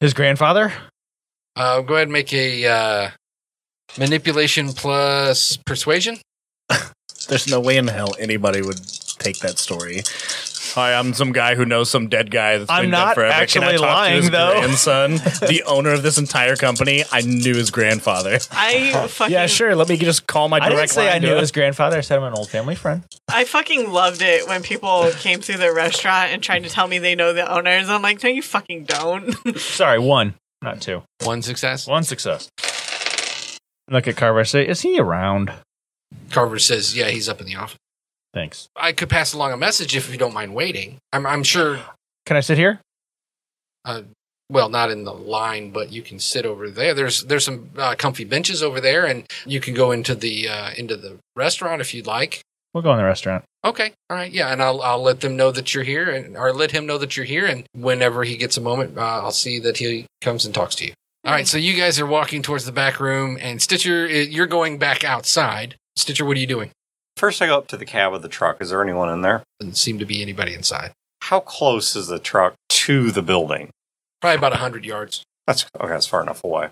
His grandfather? Uh, go ahead and make a uh, manipulation plus persuasion. There's no way in hell anybody would take that story. Hi, I'm some guy who knows some dead guy that's I'm been not dead forever. Can I actually talk to his lying, though. grandson, the owner of this entire company. I knew his grandfather. I fucking Yeah, sure. Let me just call my I direct didn't say line I to knew it. his grandfather. I said I'm an old family friend. I fucking loved it when people came through the restaurant and tried to tell me they know the owners. I'm like, no, you fucking don't. Sorry, one, not two. One success. One success. Look at Carver. I Say, is he around? Carver says, "Yeah, he's up in the office." Thanks. I could pass along a message if you don't mind waiting. I'm, I'm sure. Can I sit here? Well, not in the line, but you can sit over there. There's there's some uh, comfy benches over there, and you can go into the uh, into the restaurant if you'd like. We'll go in the restaurant. Okay, all right, yeah, and I'll I'll let them know that you're here, and or let him know that you're here, and whenever he gets a moment, uh, I'll see that he comes and talks to you. All right, so you guys are walking towards the back room, and Stitcher, eh, you're going back outside. Stitcher, what are you doing? First, I go up to the cab of the truck. Is there anyone in there? Doesn't seem to be anybody inside. How close is the truck to the building? Probably about hundred yards. That's okay. That's far enough away.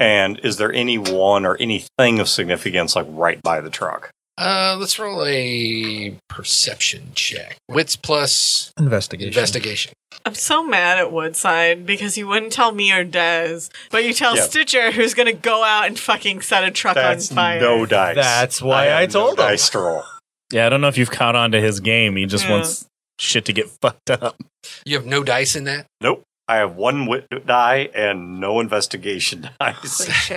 And is there anyone or anything of significance like right by the truck? Uh, let's roll a perception check. Wits plus Investigation. investigation. I'm so mad at Woodside because he wouldn't tell me or Dez, but you tell Yeah. Stitcher who's gonna go out and fucking set a truck That's on fire. no dice. That's why I, have told no him. Dice to roll. Yeah, I don't know if you've caught on to his game. He just Yeah. wants shit to get fucked up. You have no dice in that. I have one wit die and no investigation dice.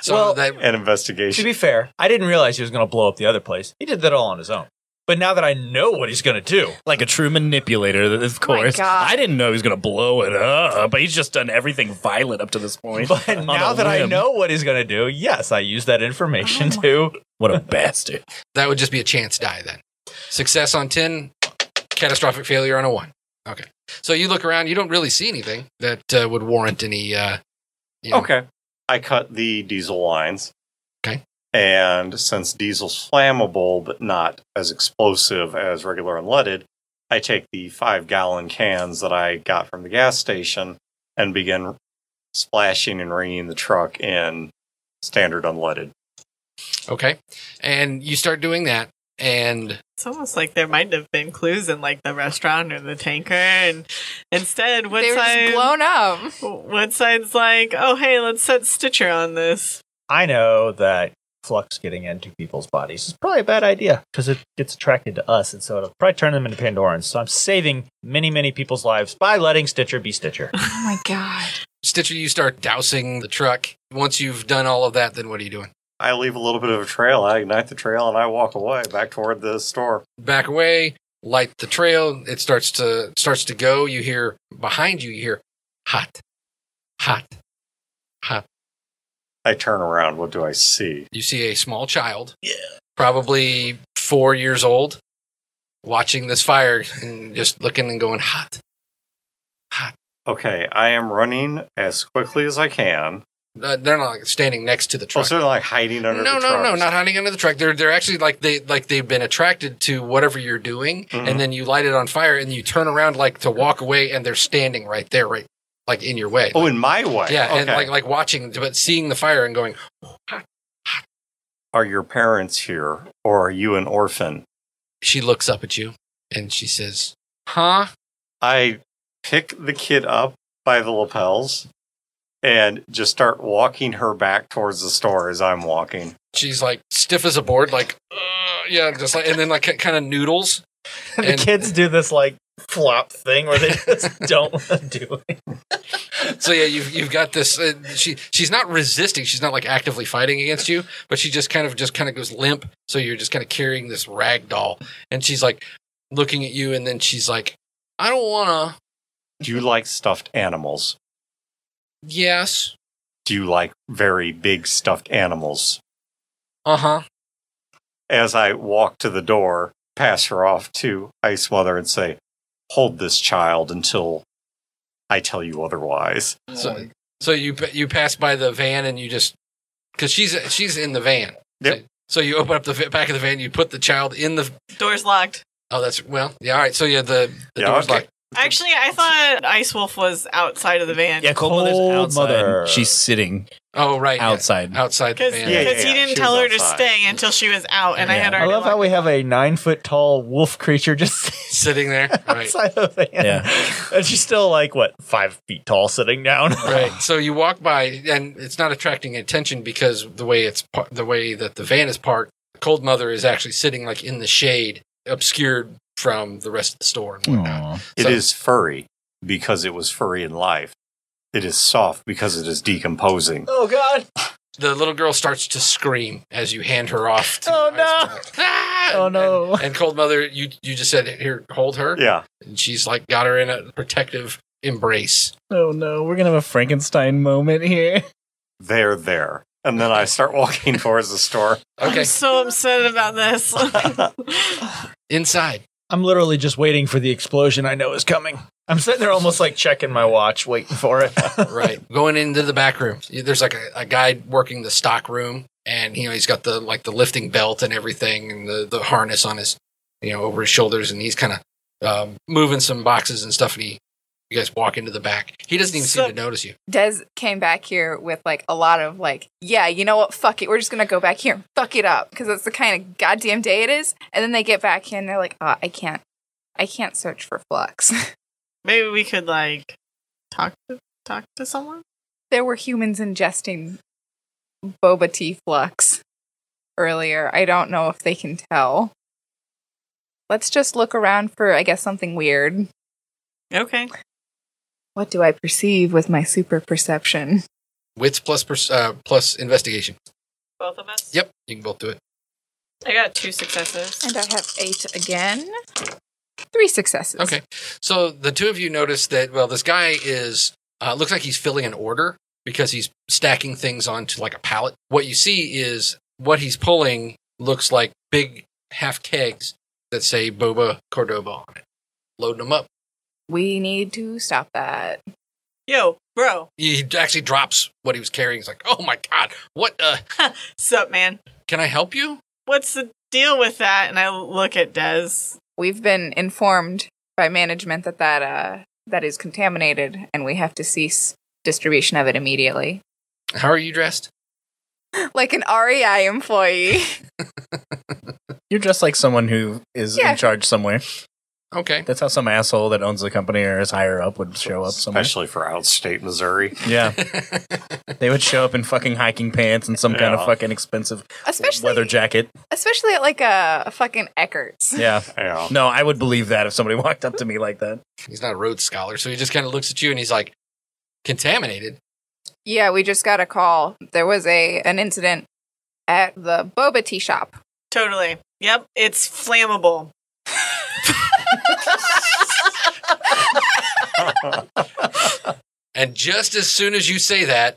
So Well- that and To investigation. be fair, I didn't realize he was going to blow up the other place. He did that all on his own. But now that I know what he's going to do, Like a true manipulator, Oh th- of my course. God. I didn't know he was going to blow it up, but he's just done everything violent up to this point. but on now a that I whim. know what he's going to do, yes, I use that information to. What a bastard. that would just be a chance die then. Success on ten, catastrophic failure on a one. Okay. So you look around, you don't really see anything that uh, would warrant any. Uh, you know- Okay. I cut the diesel lines. Okay. And since diesel's flammable but not as explosive as regular unleaded, I take the five gallon cans that I got from the gas station and begin splashing and ringing the truck in standard unleaded. Okay. And you start doing that, and It's almost like there might have been clues in like the restaurant or the tanker, and instead they were just Woodside blown up. Woodside's like, oh hey, let's set Stitcher on this. I know that flux getting into people's bodies is probably a bad idea because it gets attracted to us, and so it'll probably turn them into Pandorans. So I'm saving many, many people's lives by letting Stitcher be Stitcher. Oh my god. Stitcher, you start dousing the truck. Once you've done all of that, then what are you doing? I leave a little bit of a trail. I ignite the trail and I walk away back toward the store. Back away, light the trail. It starts to starts to go. You hear behind you. You hear hot, hot, hot. I turn around. What do I see? You see a small child, yeah, probably four years old, watching this fire and just looking and going hot. Okay, I am running as quickly as I can. Uh, they're not like, standing next to the Oh, truck. so they're like hiding under no, the no, no, trucks. not hiding under the truck. They're they're actually like they like they've been attracted to whatever you're doing, Mhm. and then you light it on fire, and you turn around like to walk away, and they're standing right there, right like in your way. Oh, in my way. yeah, Okay. and like like watching, but seeing the fire and going, are your parents here, or are you an orphan? she looks up at you, and she says, "Huh? I pick the kid up by the lapels and just start walking her back towards the store as I'm walking. She's like stiff as a board, like uh, yeah, just like and then like kind of noodles. the And- kids do this like flop thing where they just don't want to do it. So yeah, you've you've got this. Uh, she she's not resisting. She's not like actively fighting against you, but she just kind of just kind of goes limp. So you're just kind of carrying this rag doll, and she's like looking at you, and then she's like, "I don't wanna." Do you like stuffed animals? Yes. Do you like very big stuffed animals? Uh huh. as I walk to the door, pass her off to Ice Mother and say, Hold this child until I tell you otherwise. So so you you pass by the van, and you just because she's she's in the van. Yep. So, so you open up the va- back of the van, you put the child in the. Door's locked. Oh, that's well. Yeah. All right. So yeah, the, the Yeah, door's okay. locked. Actually, I thought Ice Wolf was outside of the van. Yeah, Cold, Mother's Cold outside. Mother. She's sitting Oh, right. yeah. outside. Outside the Because van. Yeah, yeah, he yeah, didn't she tell was her to outside. stay until she was out, and I Yeah. had I already. love how walked- we have a nine foot tall wolf creature just Sitting there. Right. outside of the van. And she's still like, what, five feet tall sitting down? Right. So you walk by, and it's not attracting attention because the way it's par- the way that the van is parked. Cold Mother is actually sitting like in the shade, obscured from the rest of the store and whatnot. It is So- furry because it was furry in life. It is soft because it is decomposing. oh, God. The little girl starts to scream as you hand her off. To Oh, no. Iceberg. Ah! Oh, no. And, and Cold Mother, you you just said here, hold her, Yeah. and she's like got her in a protective embrace. Oh no, we're gonna have a Frankenstein moment here. They're there. And then I start walking towards the store. Okay, I'm so upset about this. inside. I'm literally just waiting for the explosion I know is coming. I'm sitting there almost like checking my watch, waiting for it. right going into the back room there's like a, a guy working the stock room and you know he's got the like the lifting belt and everything and the, the harness on his you know over his shoulders and he's kind of um, moving some boxes and stuff and he you guys walk into the back he doesn't even So- seem to notice you Des came back here with like a lot of like, yeah, you know what? Fuck it. We're just gonna go back here and fuck it up because that's the kind of goddamn day it is. And then they get back here and they're like, oh, I can't, I can't search for flux. Maybe we could like talk to talk to someone. there were humans ingesting boba tea flux earlier. I don't know if they can tell. Let's just look around for, I guess, something weird. Okay. What do I perceive with my super perception? wits plus pers- uh, plus investigation Both of us. yep you can both do it I got two successes. And I have eight again. Three successes. okay so the two of you notice that well this guy is uh, looks like he's filling an order because he's stacking things onto like a pallet what you see is what he's pulling looks like big half kegs that say boba cordoba on it loading them up We need to stop that. Yo, bro. he actually drops what he was carrying he's like oh my god what uh Sup, man? can i help you What's the deal with that? And I look at Des. We've been informed by management that that, uh, that is contaminated and we have to cease distribution of it immediately. how are you dressed Like an REI employee. You're just like someone who is Yeah. in charge somewhere. okay That's how some asshole that owns the company or is higher up would show up somewhere. Especially for outstate Missouri. Yeah, they would show up in fucking hiking pants and some kind of Yeah. fucking expensive Especially leather jacket. Especially at like a, a fucking Eckerd's. Yeah. Yeah. No, I would believe that if somebody walked up to me like that. he's not a rhodes scholar so he just kind of looks at you and he's like contaminated Yeah, we just got a call. There was a an incident at the boba tea shop. Totally. Yep. It's flammable. and just as soon as you say that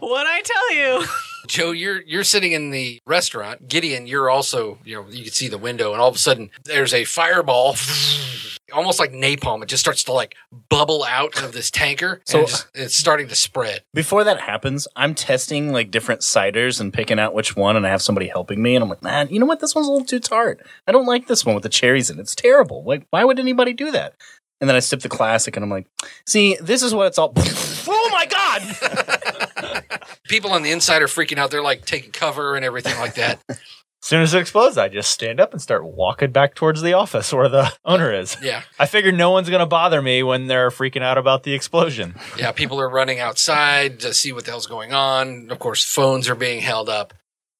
what I tell you. Joe, you're you're sitting in the restaurant. Gideon, you're also you know you can see the window, and all of a sudden there's a fireball, almost like napalm. It just starts to like bubble out of this tanker, so So- and it just, it's starting to spread. Before that happens, I'm testing like different ciders and picking out which one, and I have somebody helping me, and I'm like, man, you know what? This one's a little too tart. I don't like this one with the cherries in it. It's terrible. Like, why would anybody do that? And then I sip the classic, and I'm like, see, this is what it's all. oh my god! People on the inside are freaking out. They're like taking cover and everything like that. As soon as it explodes, I just stand up and start walking back towards the office where the owner is. yeah, I figure no one's going to bother me when they're freaking out about the explosion. yeah. People are running outside to see what the hell's going on. Of course, phones are being held up.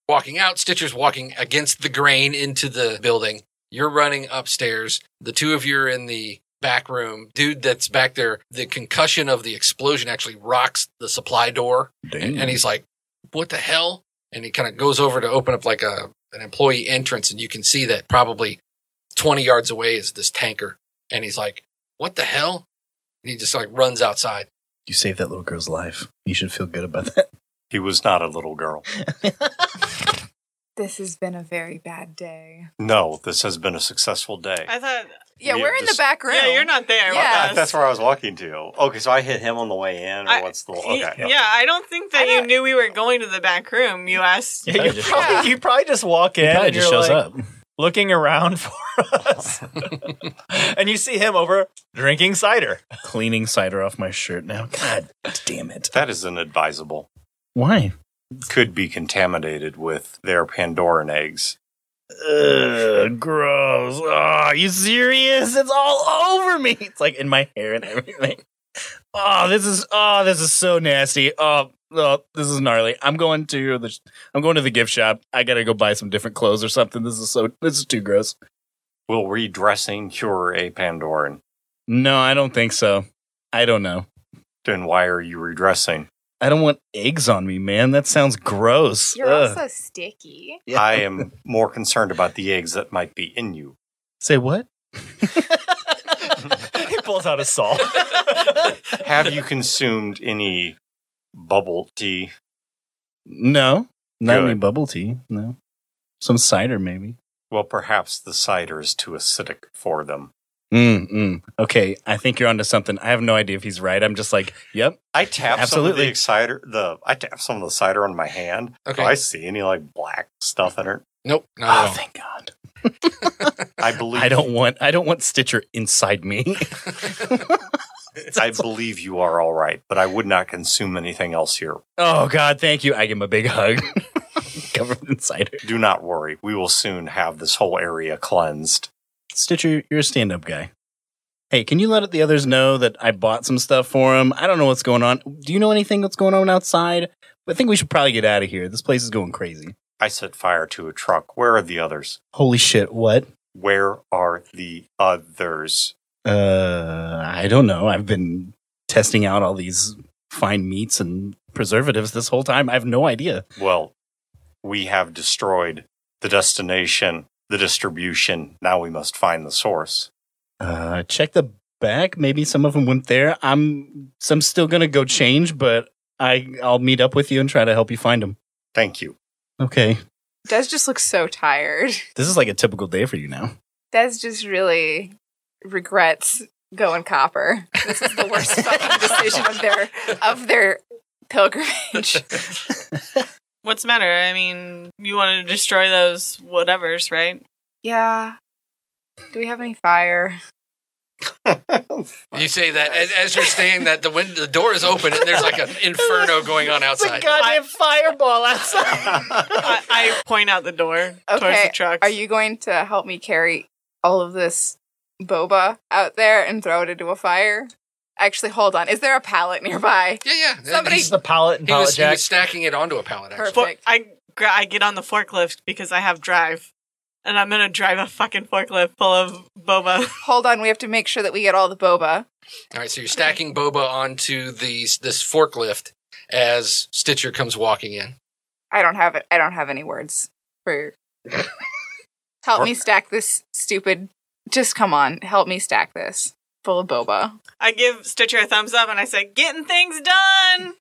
Walking out, Stitcher's walking against the grain into the building. You're running upstairs. The two of you are in the back room. Dude that's back there, the concussion of the explosion actually rocks the supply door. And, Hmm. and he's like, What the hell? And he kind of goes over to open up like a an employee entrance, and you can see that probably 20 yards away is this tanker. And he's like, What the hell? And he just like runs outside. You saved that little girl's life. You should feel good about that. He was not a little girl. This has been a very bad day. No, this has been a successful day. I thought. Yeah, We we're have in just- the back room. Yeah, you're not there. Yeah. Yeah. Ah, that's where I was walking to. Okay, so I hit him on the way in, or I- what's the okay? Yeah, I don't think that I don't- you knew we were going to the back room. You asked. Yeah, you, just- probably, you probably just walk in. Probably and just you're shows like, up. Looking around for us. and you see him over drinking cider. Cleaning cider off my shirt now. God damn it. That is inadvisable. Why? Could be contaminated with their Pandoran eggs. Ugh, gross. Oh, are you serious? It's all over me. It's like in my hair and everything. Oh, this is oh, this is so nasty. Oh, oh, this is gnarly. I'm going to the I'm going to the gift shop. I gotta go buy some different clothes or something. This is so this is too gross. Will redressing cure a Pandoran? No, I don't think so. I don't know. Then why are you redressing? I don't want eggs on me, man. That sounds gross. You're Ugh. also sticky. Yeah. I am more concerned about the eggs that might be in you. Say what? He pulls out a saw. Have you consumed any bubble tea? No, not any Good. bubble tea. No, some cider maybe. Well, perhaps the cider is too acidic for them. Mm, mm. Okay, I think you're onto something. I have no idea if he's right. I'm just like, yep. I tap some of Absolutely. the cider. The I tap some of the cider on my hand. Okay. Do I see any like black stuff in it? Nope. Not at Oh, all. thank God. I believe. I don't want. I don't want Stitcher inside me. I believe you are all right, but I would not consume anything else here. oh God, thank you. I give him a big hug. Covered in cider. Do not worry. We will soon have this whole area cleansed. Stitcher, you're a stand-up guy. Hey, can you let the others know that I bought some stuff for him? I don't know what's going on. Do you know anything that's going on outside? I think we should probably get out of here. This place is going crazy. I set fire to a truck. Where are the others? Holy shit! What? Where are the others? Uh, I don't know. I've been testing out all these fine meats and preservatives this whole time. I have no idea. Well, we have destroyed the destination, the distribution. Now we must find the source. Uh, check the back. Maybe some of them went there. I'm. So I'm still gonna go change, but I I'll meet up with you and try to help you find them. Thank you. Okay. Des just looks so tired. This is like a typical day for you now. Des just really regrets going copper. This is the worst fucking decision of their of their pilgrimage. What's the matter? I mean, you want to destroy those whatevers, right? Yeah. Do we have any fire? You say that as, as you're saying that the wind, the door is open and there's like an inferno going on outside. goddamn fireball outside. I, I point out the door towards Okay, the trucks. Are you going to help me carry all of this boba out there and throw it into a fire? Actually, hold on. Is there a pallet nearby? Yeah, yeah. And Somebody- he's- the pallet and he pallet was, he jack. was stacking it onto a pallet. Actually, For- Perfect. I gra- I get on the forklift because I have drive, and I'm gonna drive a fucking forklift full of boba. Hold on. We have to make sure that we get all the boba. all right. So you're stacking boba onto these this forklift as Stitcher comes walking in. I don't have it. I don't have any words for. help me stack this stupid. Just come on. Help me stack this full of boba. I give Stitcher a thumbs up, and I say, "Getting things done."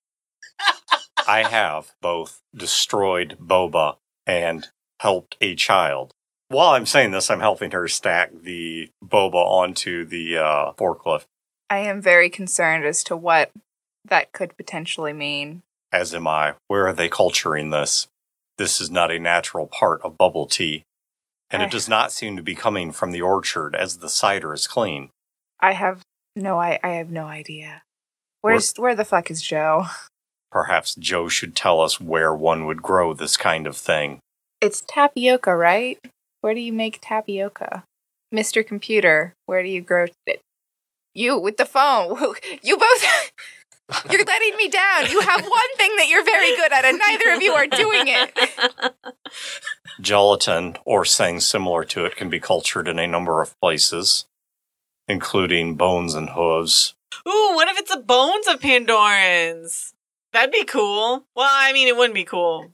I have both destroyed Boba and helped a child. While I'm saying this, I'm helping her stack the Boba onto the uh, forklift, I am very concerned as to what that could potentially mean. as am I. Where are they culturing this? This is not a natural part of bubble tea. And I- it does not seem to be coming from the orchard as the cider is clean. I have no. I. I have no idea. Where's where the fuck is Joe? Perhaps Joe should tell us where one would grow this kind of thing. It's tapioca, right? Where do you make tapioca? Mr. Computer, where do you grow it? You with the phone. Who- You both. you're letting me down. You have one thing that you're very good at, and neither of you are doing it. Gelatin or things similar to it can be cultured in a number of places, including bones and hooves, Ooh, what if it's the bones of Pandorans? That'd be cool. Well, I mean, it wouldn't be cool,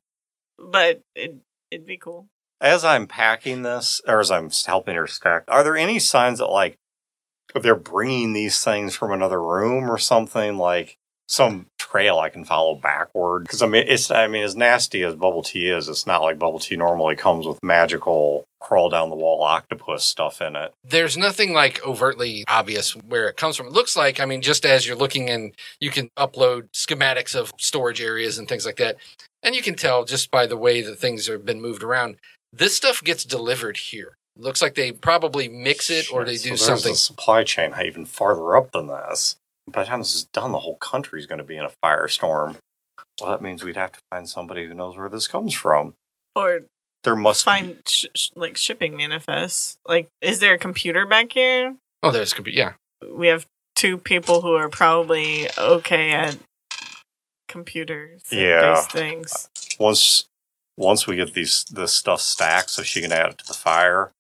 but it, it'd be cool. as I'm packing this, or as I'm helping her stack, are there any signs that like they're bringing these things from another room or something like some trail I can follow backward? Because I mean, it's I mean, as nasty as bubble tea is, it's not like bubble tea normally comes with magical crawl down the wall octopus stuff in it. There's nothing like overtly obvious where it comes from. It looks like, I mean, just as you're looking and you can upload schematics of storage areas and things like that. And you can tell just by the way that things have been moved around, this stuff gets delivered here. Looks like they probably mix it or they So do there's something. A supply chain even farther up than this. By the time this is done, the whole country's going to be in a firestorm. Well, that means we'd have to find somebody who knows where this comes from. Or There must be. find sh- sh- like shipping manifests. Like, is there a computer back here? Oh, there's could be yeah. We have two people who are probably okay at computers. and Yeah. those things. once once we get these this stuff stacked so she can add it to the fire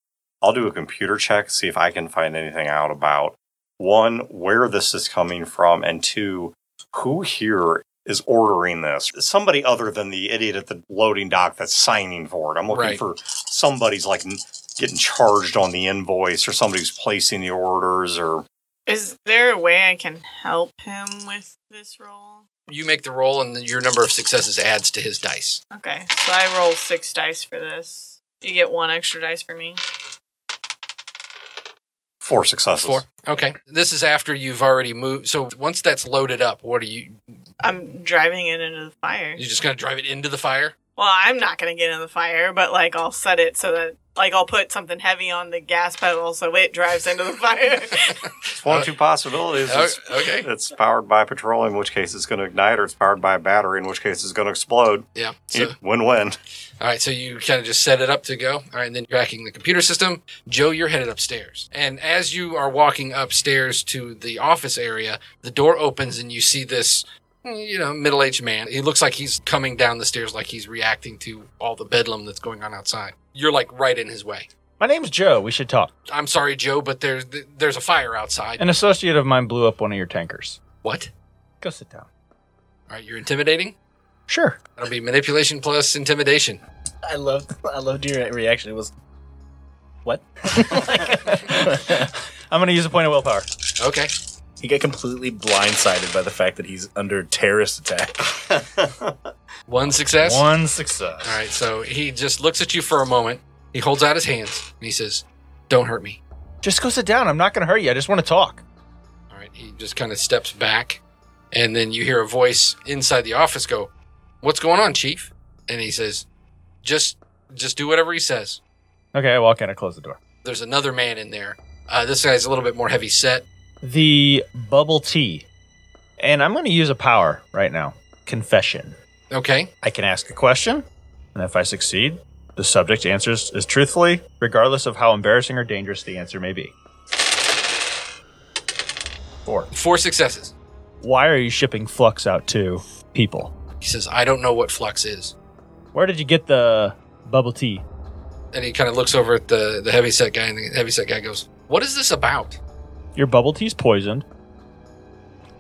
i'll do a computer check see if i can find anything out about one where this is coming from and two who here is ordering this somebody other than the idiot at the loading dock that's signing for it i'm looking Right. for somebody's like n- getting charged on the invoice or somebody who's placing the orders or Is there a way I can help him with this roll? You make the roll and then your number of successes adds to his dice. Okay, so I roll six dice for this. You get one extra dice for me. four successes Four. Okay. This is after you've already moved. So once that's loaded up, what are you? I'm driving it into the fire. You're just gonna drive it into the fire? Well, I'm not gonna get in the fire, but like I'll set it so that like I'll put something heavy on the gas pedal so it drives into the fire. It's one of two possibilities Oh, It's- okay. it's powered by petroleum, in which case it's going to ignite, or it's powered by a battery, in which case it's going to explode. Yeah. So, win win. all right. So you kind of just set it up to go. All right. And then you're hacking the computer system. Joe, you're headed upstairs. And as you are walking upstairs to the office area, the door opens and you see this, mm, you know, middle aged man. He looks like he's coming down the stairs like he's reacting to all the bedlam that's going on outside. You're like right in his way. My name's Joe. We should talk. I'm sorry, Joe, but there's there's a fire outside. An associate of mine blew up one of your tankers. What? Go sit down. All right. You're intimidating. Sure. That'll be manipulation plus intimidation. I loved I loved your reaction. It was what? I'm going to use a point of willpower. Okay. he got completely blindsided by the fact that he's under terrorist attack. One success. One success. All right, so he just looks at you for a moment. He holds out his hands and he says, "Don't hurt me." Just go sit down. I'm not going to hurt you. I just want to talk. All right, he just kind of steps back, and then you hear a voice inside the office go, "What's going on, chief?" And he says, "Just, just do whatever he says." Okay, I walk in. I close the door. There's another man in there. Uh, this guy's a little bit more heavy set. The bubble tea. And I'm going to use a power right now. Confession. Okay, I can ask a question, and if I succeed, the subject answers as truthfully, regardless of how embarrassing or dangerous the answer may be. Four. four successes. Why are you shipping flux out to people? He says, "I don't know what flux is," Where did you get the bubble tea? and he kind of looks over at the the heavy set guy, and the heavy set guy goes, "What is this about?" Your bubble tea's poisoned.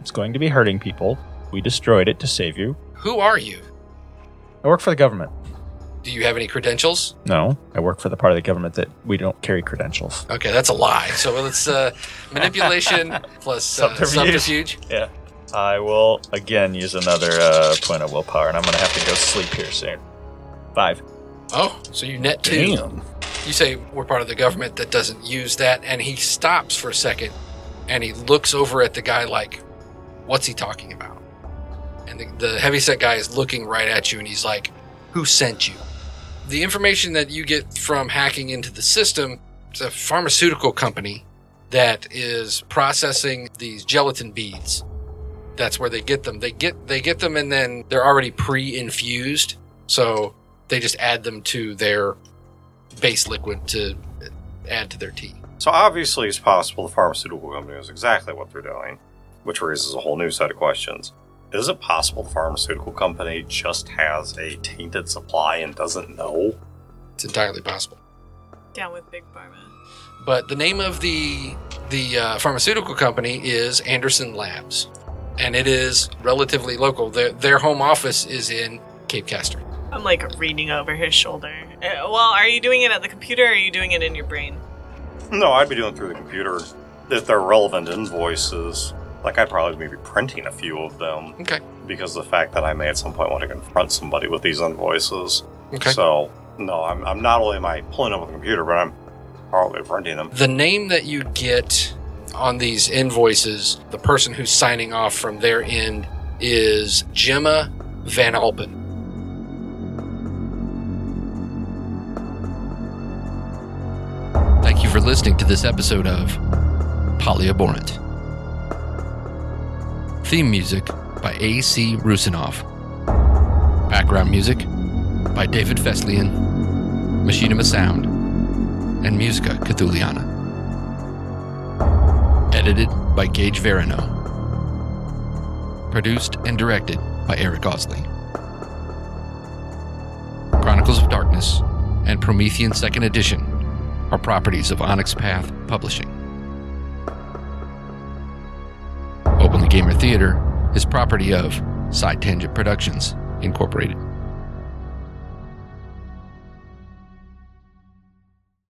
It's going to be hurting people. We destroyed it to save you. Who are you? I work for the government. Do you have any credentials? No, I work for the part of the government that we don't carry credentials. Okay, that's a lie. So it's uh, manipulation plus uh, Subterfuge. subterfuge. Yeah. I will again use another uh, point of willpower, and I'm going to have to go sleep here soon. Five. Oh, so you net two. Damn. You say we're part of the government that doesn't use that, and he stops for a second, and he looks over at the guy like, "What's he talking about?" And the, the heavyset guy is looking right at you, and he's like, "Who sent you?" The information that you get from hacking into the system is a pharmaceutical company that is processing these gelatin beads. That's where they get them. They get they get them, and then they're already pre-infused, so they just add them to their base liquid to add to their tea. So obviously, it's possible the pharmaceutical company knows exactly what they're doing, which raises a whole new set of questions. Is it possible the pharmaceutical company just has a tainted supply and doesn't know? It's entirely possible. Down with Big Pharma. But the name of the the uh, pharmaceutical company is Anderson Labs, and it is relatively local. Their their home office is in Cape Castor. I'm like reading over his shoulder. Uh, well, are you doing it at the computer or are you doing it in your brain? No, I'd be doing it through the computer. If they're relevant invoices, like I'd probably be printing a few of them Okay. because of the fact that I may at some point want to confront somebody with these invoices. Okay. So no, I'm, I'm not only am I pulling up a computer, but I'm probably printing them. Um, The name that you get on these invoices, the person who's signing off from their end is Gemma Van Alpen. you for listening to this episode of Polyabhorrent. Theme music by A.C. Rusinov. Background music by David Feslian, Machinima Sound, and Musica Cthuliana. Edited by Gage Verino. Produced and directed by Eric Osley. Chronicles of Darkness and Promethean Second Edition are properties of Onyx Path Publishing. Openly Gamer Theater is property of Side Tangent Productions, Incorporated.